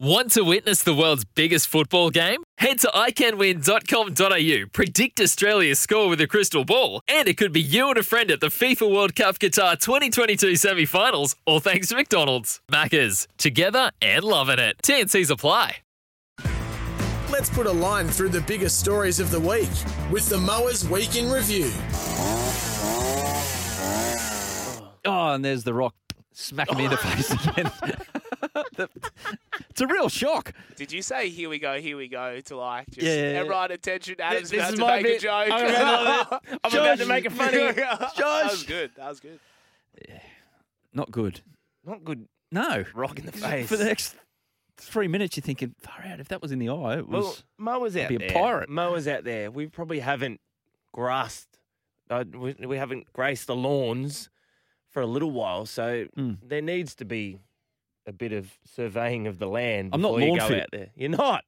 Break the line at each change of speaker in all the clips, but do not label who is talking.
Want to witness the world's biggest football game? Head to iCanWin.com.au, predict Australia's score with a crystal ball, and it could be you and a friend at the FIFA World Cup Qatar 2022 semi finals, all thanks to McDonald's. Maccas, together and loving it. TNC's apply.
Let's put a line through the biggest stories of the week with the Mowers Week in Review.
Oh, and there's the rock smacking me in the
Oh.
face again. The- it's a real shock.
Did you say here we go, here we go to like just
Yeah, yeah, yeah.
everyone attention? Adam's
this
about
is
to
my
make a
bit.
joke.
I'm about to- I'm about to make it funny.
That was good. That was good.
Not good.
Not good.
No.
Rock in the face.
For the next three minutes, you're thinking, far out, if that was in the eye, it was.
Well, Mo was out
be a
there.
pirate.
Mo was out there. We probably haven't grasped, uh, we, we haven't graced the lawns for a little while. So
Mm.
there needs to be a bit of surveying of the land.
I'm not
before you
lawn
go
fit.
out there. You're not,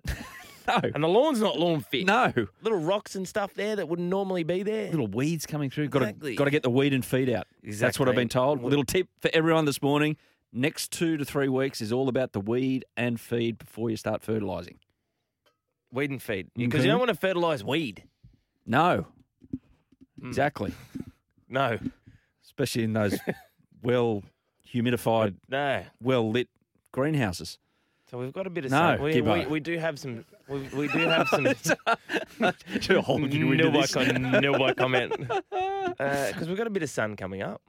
no.
and the lawn's not lawn fit.
No.
little rocks and stuff there that wouldn't normally be there.
Little weeds coming through. Got to
Exactly.
got to get the weed and feed out. That's what I've been
Exactly.
told.
Wh-
Little tip for everyone this morning. Next two to three weeks is all about the weed and feed before you start fertilising.
weed and feed because
Okay.
you don't want to fertilize weed.
No.
Hmm.
Exactly.
No,
Especially in those well humidified,
no.
well lit greenhouses.
So we've got a bit of
No,
sun. We, we,
Gibbo.
we do have some. We, we do have some.
To hold you into
no by
this.
con- no by comment. Because Uh, we've got a bit of sun coming up.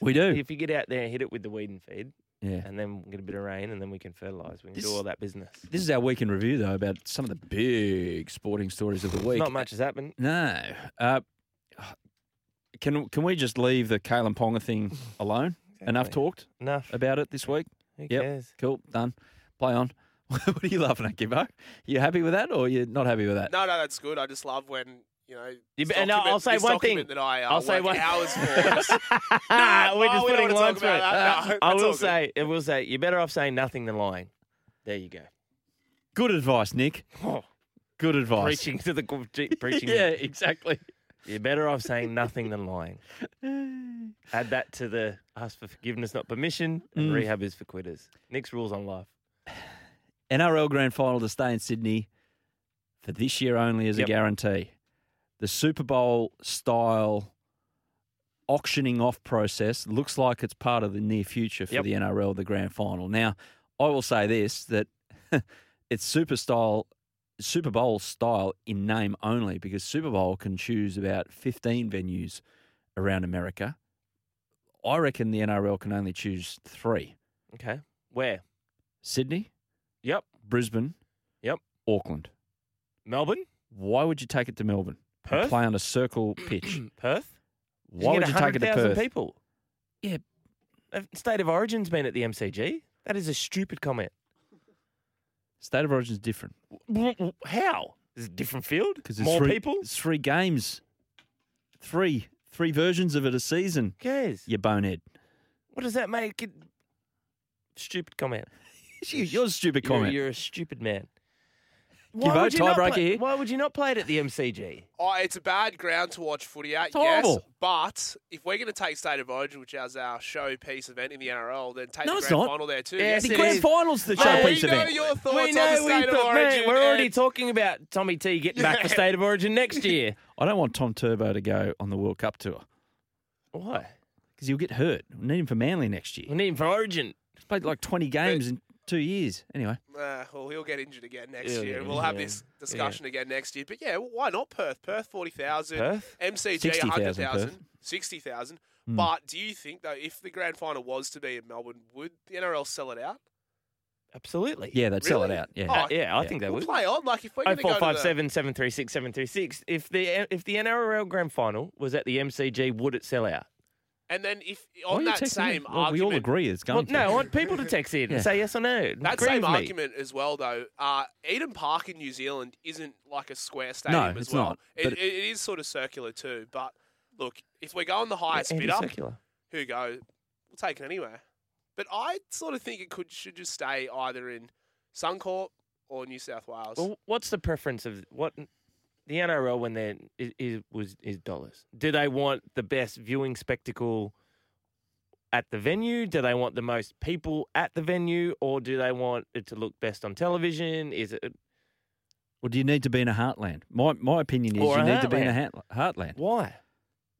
We do.
If you get out there, and hit it with the weed and feed,
Yeah.
and then we'll get a bit of rain, and then we can fertilise. We can
This-
do all that business.
This is our week in review, though, about some of the big sporting stories of the week.
Not much has happened.
No. Uh, can can we just leave the Kalen Ponga thing alone? Enough talked
Enough.
about it this week.
Who
Yep.
cares?
Cool. Done. Play on. what are you laughing at, Gibbo? You happy with that, or you're not happy with that?
No, no, that's good. I just love when you know.
You
this
be- and I'll-
document-
I'll say
this
one
document
thing.
That I, uh,
I'll say
work
one-
hours for.
Ah, we're
oh,
just
we don't
putting
wanna talk
lines through it.
about that. No,
I
that's all
will
good.
say, I will say, you're better off saying nothing than lying. There you go.
Good advice, Nick.
Oh,
Good advice.
preaching to the preaching.
Yeah, exactly.
You're better off saying nothing than lying. Add that to the ask for forgiveness, not permission, and
Mm.
rehab is for quitters. Nick's rules on life.
NRL Grand Final to stay in Sydney for this year only as
Yep.
a guarantee. The Super Bowl style auctioning off process looks like it's part of the near future for
Yep.
the NRL, the Grand Final. Now, I will say this that it's Super style, Super Bowl style in name only because Super Bowl can choose about 15 venues around America. I reckon the NRL can only choose three
Okay. Where?
Sydney,
Yep.
Brisbane,
Yep.
Auckland.
Melbourne?
Why would you take it to Melbourne? and
Perth?
Play on a circle pitch.
Perth?
Why
can
would
get
you take it to
100,000
Perth?
people.
Yeah.
Have State of Origin's been at the MCG. That is a stupid comment.
State of Origin's different
How? Is it a different field?
because
More
three,
people?
It's three games, three three versions of it a season.
Who cares?
You bonehead.
What does that make it? Stupid comment.
You- Your stupid
You're-
comment.
You're, a stupid man.
vote
would you not
tiebreaker
play-
here?
Why would you not play it at the MCG?
oh, it's a bad ground to watch footy at.
It's
yes,
horrible.
but if we're going to take State of Origin, which is our showpiece event in the NRL, then take
No,
the
it's
grand
not.
final there too.
Yes,
the
it
grand
is.
finals, the
Mate,
showpiece
we know
event.
your thoughts on the State of
put- mate,
Origin.
we're already
and-
talking about Tommy T getting back for
Yeah.
State of Origin next year.
I don't want Tom Turbo to go on the World Cup tour
Why?
because he'll get hurt. We need him for Manly next
We
year.
need him for Origin.
He's played like twenty games in two years. Anyway,
Uh, well, he'll get injured again next
He'll
year,
get
and we'll have
injured,
this
yeah.
discussion again next year. But yeah, why not Perth? Perth forty thousand,
Perth?
MCG
60,000
hundred
Perth.
thousand, sixty thousand. But do you think though, if the grand final was to be in Melbourne, would the NRL sell it out?
Absolutely.
yeah, they'd sell it
Really?
out. Yeah,
Oh,
Uh, yeah, I
Yeah.
think they
We'll
would.
play on. Like if we're
Oh
going to
four
go
five
to the,
seven seven three six seven three six. If the if the NRL Grand Final was at the MCG, would it sell out?
And then if
Why are
on
you
that
texting me?
same
well,
argument,
We all agree it's
Well,
going
no, I
to.
want people to text in
Yeah.
and say yes or no.
That
Agree
same
with me.
argument as well, though. Uh, Eden Park in New Zealand isn't like a square stadium as
it's
well.
not,
It,
but-
it, it is sort of circular too. But look, if we're going the highest bidder,
Anti-circular.
who goes, we'll take it anywhere. But I sort of think it could should just stay either in Suncorp or New South Wales.
Well, what's the preference of what the NRL when they is, is was is dollars? Do they want the best viewing spectacle at the venue? Do they want the most people at the venue, or do they want it to look best on television? Is it
Well, do you need to be in a heartland? My my opinion is
Or
you
a
need to be in a heart- heartland.
why?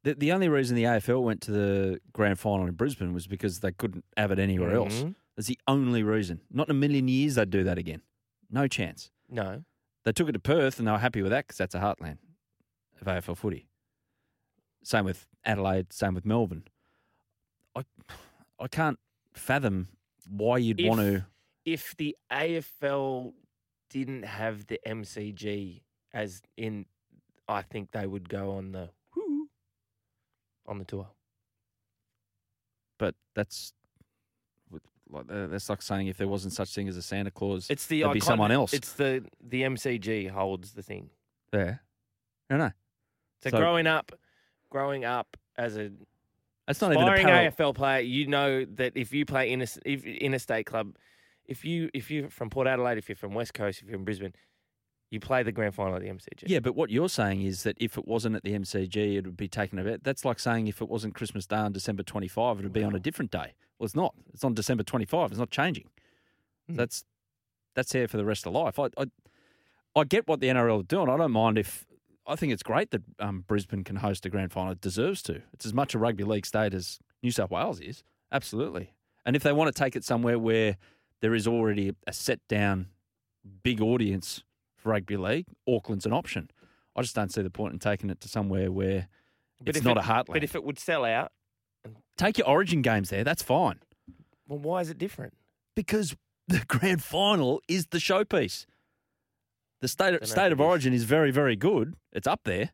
The, the only reason the AFL went to the grand final in Brisbane was because they couldn't have it anywhere else.
Mhm.
That's the only reason. Not in a million years they'd do that again. No chance.
No,
They took it to Perth and they were happy with that because that's a heartland of AFL footy. Same with Adelaide. Same with Melbourne. I I can't fathom why you'd
If-
want to.
if the AFL didn't have the MCG as in, I think they would go on the woo, on the tour.
But that's with- like uh, that's like saying if there wasn't such thing as a Santa Claus,
It's the
There'd be someone
iconic-
else.
It's the the MCG holds the thing.
there. No, no,
So,
So-
growing up, growing up as a
that's not even a
aspiring
parallel.
AFL player, you know that if you play in a s- if, interstate club, if you if you're from Port Adelaide, if you're from West Coast, if you're in Brisbane, you play the grand final at the MCG.
Yeah, but what you're saying is that if it wasn't at the MCG, it would be taken a bit. That's like saying if it wasn't Christmas Day on December 25, it would be on a different day. Well, it's not. It's on December 25. It's not changing.
Hmm.
That's that's there for the rest of life. I, I I get what the NRL are doing. I don't mind if I think it's great that um, Brisbane can host a grand final. It deserves to. It's as much a rugby league state as New South Wales is. Absolutely. And if they want to take it somewhere where there is already a set down big audience for rugby league, Auckland's an option. I just don't see the point in taking it to somewhere where
but
it's
if
not
it-
a heartland.
But if it would sell out,
Take your origin games there, that's fine.
well, why is it different?
Because the grand final is the showpiece. The state
know
of,
if
state
it
of
is.
origin is very, very good. It's up there,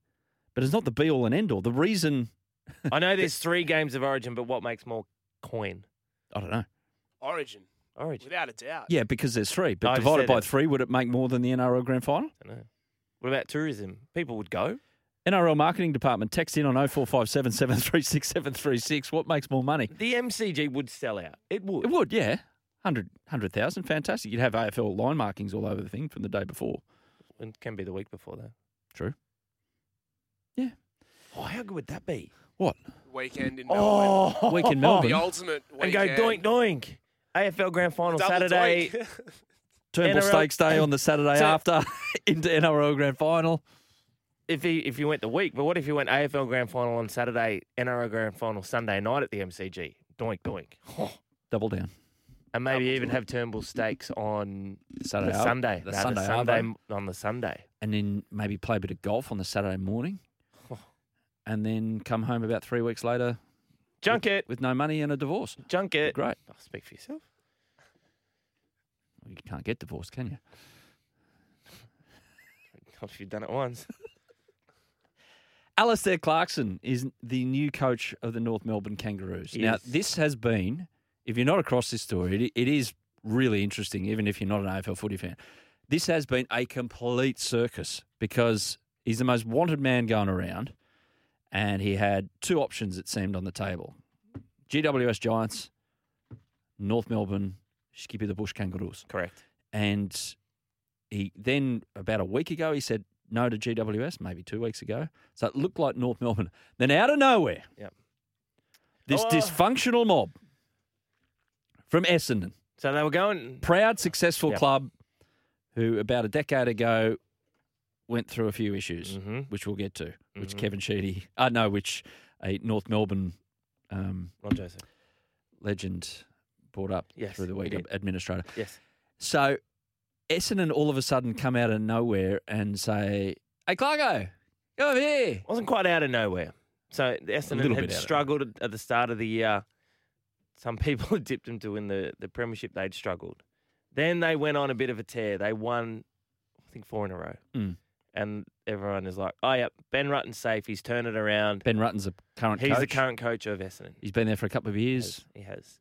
but it's not the be all and end all. The reason,
I know there's three games of Origin, but what makes more coin?
I don't know.
Origin,
Origin.
without a doubt.
Yeah, because there's three, but
No, I just
divided
said
by
it.
three, would it make more than the NRL grand final?
I don't know. What about tourism? People would go.
NRL marketing department, text in on 0457 736 736. What makes more money?
The MCG would sell out. It would.
It would, yeah. 100 100,000, fantastic. You'd have AFL line markings all over the thing from the day before.
It can be the week before that.
True. Yeah.
Oh, how good would that be?
What?
Weekend in Melbourne.
Oh,
Week in
The
Melbourne.
ultimate
and
weekend.
go doink doink. AFL Grand Final
Double
Saturday.
doink.
Turnbull
NRL
Stakes Day on the Saturday
So-
after into NRL grand final.
If he if you went the week, but what if you went AFL Grand Final on Saturday, NRL Grand Final Sunday night at the MCG? Doink doink. Oh,
Double down.
And maybe even have Turnbull Stakes on
Saturday
the
af-
Sunday.
The
No,
Sunday,
the Sunday
after.
m- on the Sunday.
And then maybe play a bit of golf on the Saturday morning. And then come home about three weeks later
Junket,
with no money and a divorce.
junket.
Great.
Oh, speak for yourself.
You can't get divorced, can you?
Not if you've done it once.
Alistair Clarkson is the new coach of the North Melbourne Kangaroos. Now,
Yes.
this has been, if you're not across this story, it, it is really interesting, even if you're not an AFL footy fan. This has been a complete circus because he's the most wanted man going around, and he had two options, it seemed, on the table GWS Giants, North Melbourne, Skippy the Bush Kangaroos.
Correct.
And he then, about a week ago, he said no to GWS, maybe two weeks ago. So it looked like North Melbourne. Then out of nowhere,
Yep.
this
Oh.
dysfunctional mob from Essendon,
So they were going
proud, successful
Yep.
club who about a decade ago went through a few issues,
Mhm.
which we'll get to,
Mm-hmm.
which Kevin Sheedy, uh, no, which a North Melbourne um,
Ron Joseph.
legend brought up
Yes,
through the
he
week,
did.
administrator.
Yes.
So Essendon all of a sudden come out of nowhere and say, "Hey, Clarko, come over here."
wasn't quite out of nowhere. So the Essendon
little bit out
had
of
struggled at- at the start of the year. Some people had dipped them to win the, the premiership. They'd struggled. Then they went on a bit of a tear. They won, I think, four in a row.
Mm.
and everyone is like, "Oh yeah, Ben Rutten's safe. He's turned it around.
Ben Rutten's the current
He's
coach.
the current coach of Essendon.
He's been there for a couple of years.
has- He has.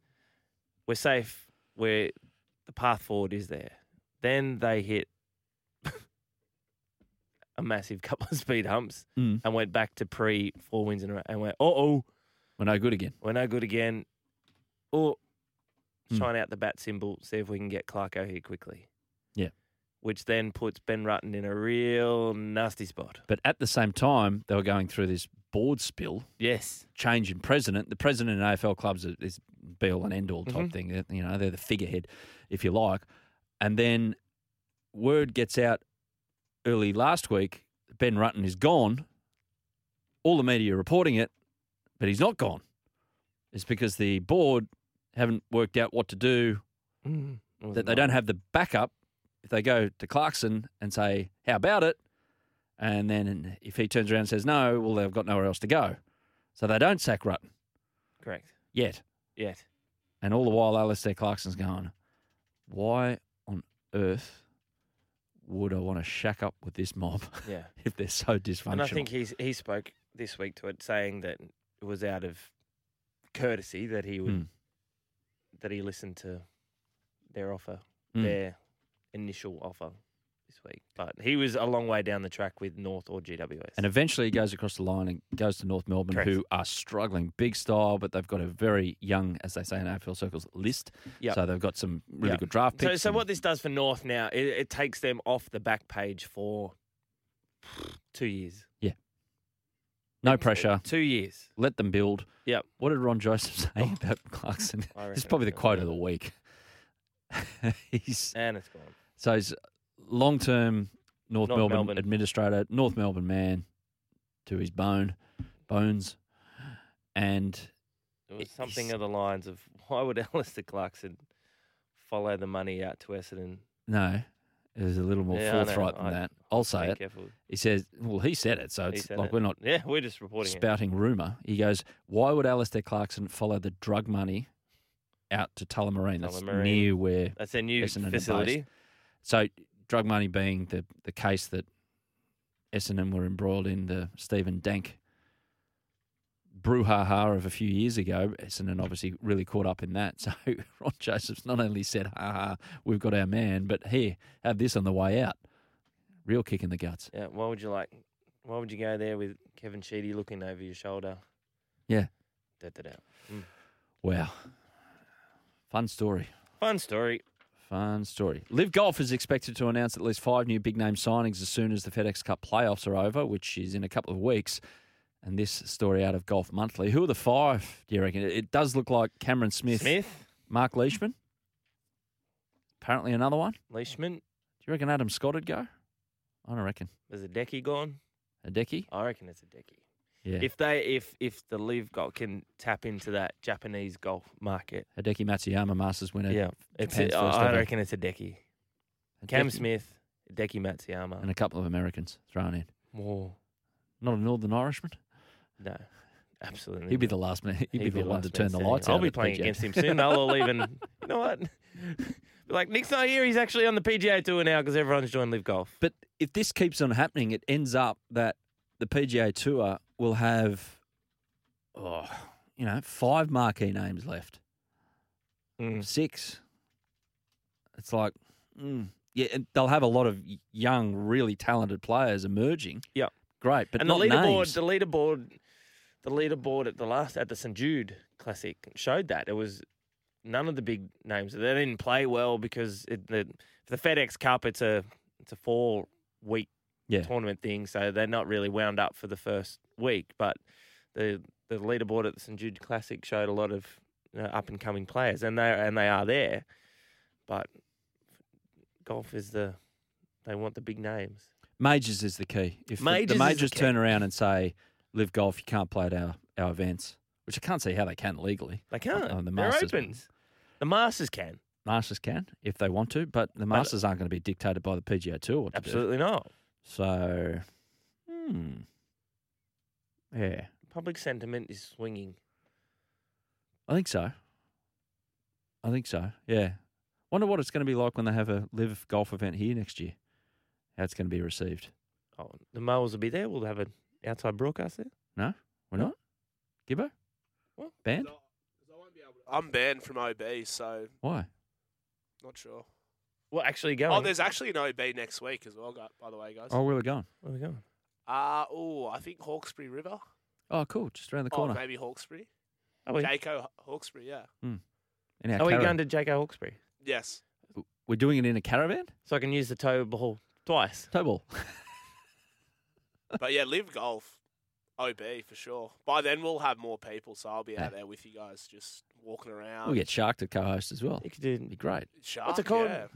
We're safe. We're the path forward is there. Then they hit a massive couple of speed humps
Mm.
and went back to pre four wins in a row and went, uh oh,
We're no good again.
we're no good again. Or
Mm.
shine out the bat symbol, see if we can get Clarko here quickly.
Yeah.
Which then puts Ben Rutten in a real nasty spot.
But at the same time, they were going through this board spill,
Yes.
change in president. The president in AFL clubs is- is be all and end all type
Mhm.
thing. They're- You know, they're the figurehead, if you like. And then word gets out early last week Ben Rutten is gone. All the media are reporting it, but he's not gone. It's because the board haven't worked out what to do
Mm. It was
that they
not-
don't have the backup if they go to Clarkson and say, How about it? And then if he turns around and says no, well, they've got nowhere else to go. So they don't sack Rutten
Correct.
yet.
Yet.
And all the while, Alistair Clarkson's going, Why on earth would I want to shack up with this mob
Yeah.
if they're so dysfunctional?
And I think he's, he spoke this week to it, saying that it was out of courtesy that he would
Mm.
that he listened to their offer,
Mm.
their initial offer this week. But he was a long way down the track with North or GWS.
And eventually he goes across the line and goes to North Melbourne,
Correct.
who are struggling big style, but they've got a very young, as they say in AFL circles, list.
Yep.
So they've got some really
Yep.
good draft
so,
picks.
so
and-
what this does for North now, it, it takes them off the back page for two years.
No pressure.
Two years.
Let them build.
Yep.
What did Ron Joseph say about Clarkson?
Oh. I
It's
reckon
probably the
so.
quote of the week. he's
And it's gone.
so he's long term North,
North
Melbourne,
Melbourne.
administrator, North Melbourne man to his bone, bones, and
It
It-
was something
he's-
of the lines of why would Alistair Clarkson follow the money out to Essendon?
no, it was a little more
Yeah, I know.
forthright than
I-
that. I'll say
Be
it.
careful.
He says, well, he said it, so
He
it's
said
like
it.
we're not
Yeah, we're just reporting it.
spouting rumour. He goes, Why would Alistair Clarkson follow the drug money out to Tullamarine? That's
Tullamarine.
near where.
That's their new
Essendon are
facility.
based. So, drug money being the, the case that Essendon were embroiled in, the Stephen Dank brouhaha of a few years ago. Essendon obviously really caught up in that. So, Ron Joseph's not only said, Ha ha, we've got our man, but here, have this on the way out. Real kick in the guts.
Yeah. Why would you like? Why would you go there with Kevin Sheedy looking over your shoulder?
Yeah.
Da, da, da.
Wow. Fun story.
Fun story.
Fun story. Live Golf is expected to announce at least five new big name signings as soon as the FedEx Cup playoffs are over, which is in a couple of weeks. And this story out of Golf Monthly. Who are the five, do you reckon? It- It does look like Cameron Smith,
Smith,
Mark Leishman. Apparently another one. Do
Leishman.
you reckon Adam Scott would go? I don't reckon.
There's a decky gone.
Hideki?
I reckon it's a decky.
Yeah.
If they, if if the live golf can tap into that Japanese golf market,
Hideki Matsuyama, Masters winner.
yeah, it's.
Japan's
A,
first
I I
ever.
reckon it's a decky. Cam
Hideki
Smith, Decky Matsuyama.
And a couple of Americans thrown in.
More.
Not a Northern Irishman.
No, absolutely.
He'd be
not.
the last man. He'd, be the, one to
last man
turn the
standing.
lights out.
I'll be
at
playing
PGA.
against him soon. They'll all even. You know what? Be like Nick's not here. He's actually on the PGA tour now because everyone's joined Live Golf.
But if this keeps on happening, it ends up that the PGA Tour will have, oh, you know, five marquee names left,
Mm.
six. It's like, mm, yeah, and they'll have a lot of y- young, really talented players emerging.
Yep.
great, but
and the
not
leaderboard,
names.
the leaderboard, the leaderboard at the last at the St Jude Classic showed that it was none of the big names. They didn't play well because it, the for the FedEx Cup, it's a it's a four week
Yeah.
tournament thing, so they're not really wound up for the first week. But the the leaderboard at the St Jude Classic showed a lot of you know, up and coming players, and they and they are there. But golf is the they want the big names.
majors is the key. If the-
Majors
the,
is the
majors
key.
turn around and say, "Live golf, you can't play at our, our events," which I can't see how they can legally.
They can't.
Oh, the
They're
Masters.
opens. The Masters can.
Masters can if they want to, but the Masters aren't going to be dictated by the PGA Tour. what to do.
Absolutely not.
So, hmm. Yeah,
Public sentiment is swinging.
I think so. I think so. Yeah. Wonder what it's going to be like when they have a live golf event here next year. How it's going to be received.
Oh, the Moles will be there. We'll have an outside broadcast there.
No, we're not. Gibbo?
What?
Band?
I'm banned from OB, so
Why?
not sure.
Well, actually, going.
Oh, there's actually an OB next week as well. gu- By the way, guys.
Oh, where are we going?
Where are we going?
Uh, oh, I think Hawkesbury River.
Oh, cool. Just around the
Oh,
corner.
maybe Hawkesbury.
Are Oh, we,
Jaco Haw- Hawkesbury, yeah.
in our
are we
caravan.
going to J.K. Hawkesbury?
Yes.
We're doing it in a caravan?
So I can use the tow ball twice.
Toe ball.
But yeah, live golf. OB for sure. By then we'll have more people, so I'll be out there with you guys just walking around.
We'll get Shark to co host as well.
You could do.
Oh. Be great.
Shark,
What's it called?
Yeah.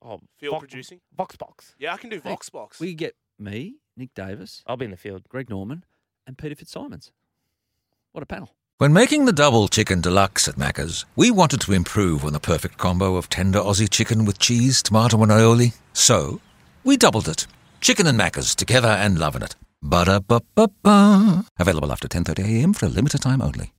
Oh,
Field
Vox-
producing?
Vox Box.
Yeah, I can do
Hey,
Vox Box.
Oh, We could get me, Nick Davis,
I'll be in the field.
Greg Norman, and Peter Fitzsimons. What a panel.
When making the double chicken deluxe at Macca's, we wanted to improve on the perfect combo of tender Aussie chicken with cheese, tomato, and aioli. So, we doubled it. Chicken and Macca's together and loving it. Ba da ba ba ba. Available after 10:30 a.m. for a limited time only.